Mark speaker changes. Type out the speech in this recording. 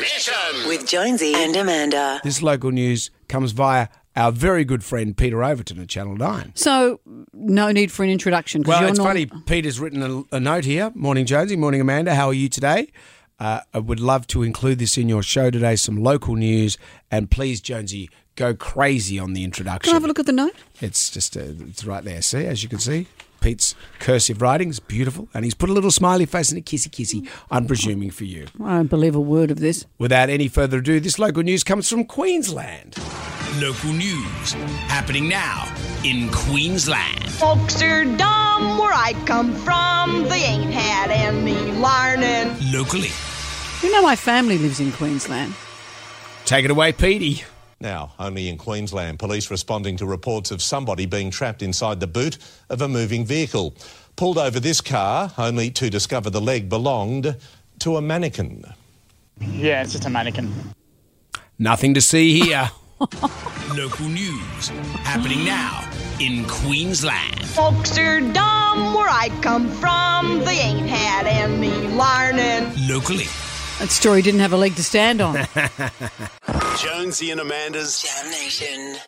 Speaker 1: Mission.
Speaker 2: with Jonesy and Amanda.
Speaker 3: This local news comes via our very good friend Peter Overton at Channel 9.
Speaker 4: So, no need for an introduction. 'cause
Speaker 3: Well,
Speaker 4: you're
Speaker 3: it's
Speaker 4: not-
Speaker 3: funny. Peter's written a, a note here. Morning, Jonesy. Morning, Amanda. How are you today? Uh, I would love to include this in your show today, some local news. And please, Jonesy, go crazy on the
Speaker 4: Can I
Speaker 3: introduction.
Speaker 4: have a look at the note?
Speaker 3: It's just, uh, it's right there. See, as you can see, Pete's cursive writing is beautiful. And he's put a little smiley face and a kissy kissy, I'm presuming, for you.
Speaker 4: I don't believe a word of this.
Speaker 3: Without any further ado, this local news comes from Queensland.
Speaker 1: Local news happening now in Queensland.
Speaker 5: Folks are dumb where I come from. They ain't had any learning.
Speaker 1: Locally.
Speaker 4: You know, my family lives in Queensland.
Speaker 3: Take it away, Petey.
Speaker 6: Now, only in Queensland, police responding to reports of somebody being trapped inside the boot of a moving vehicle. Pulled over this car, only to discover the leg belonged to a mannequin.
Speaker 7: Yeah, it's just a mannequin.
Speaker 3: Nothing to see here.
Speaker 1: Local news happening now in Queensland.
Speaker 5: Folks are dumb where I come from. They ain't had any learning.
Speaker 1: Locally.
Speaker 4: That story didn't have a leg to stand on.
Speaker 8: Jonesy and Amanda's
Speaker 2: Damnation.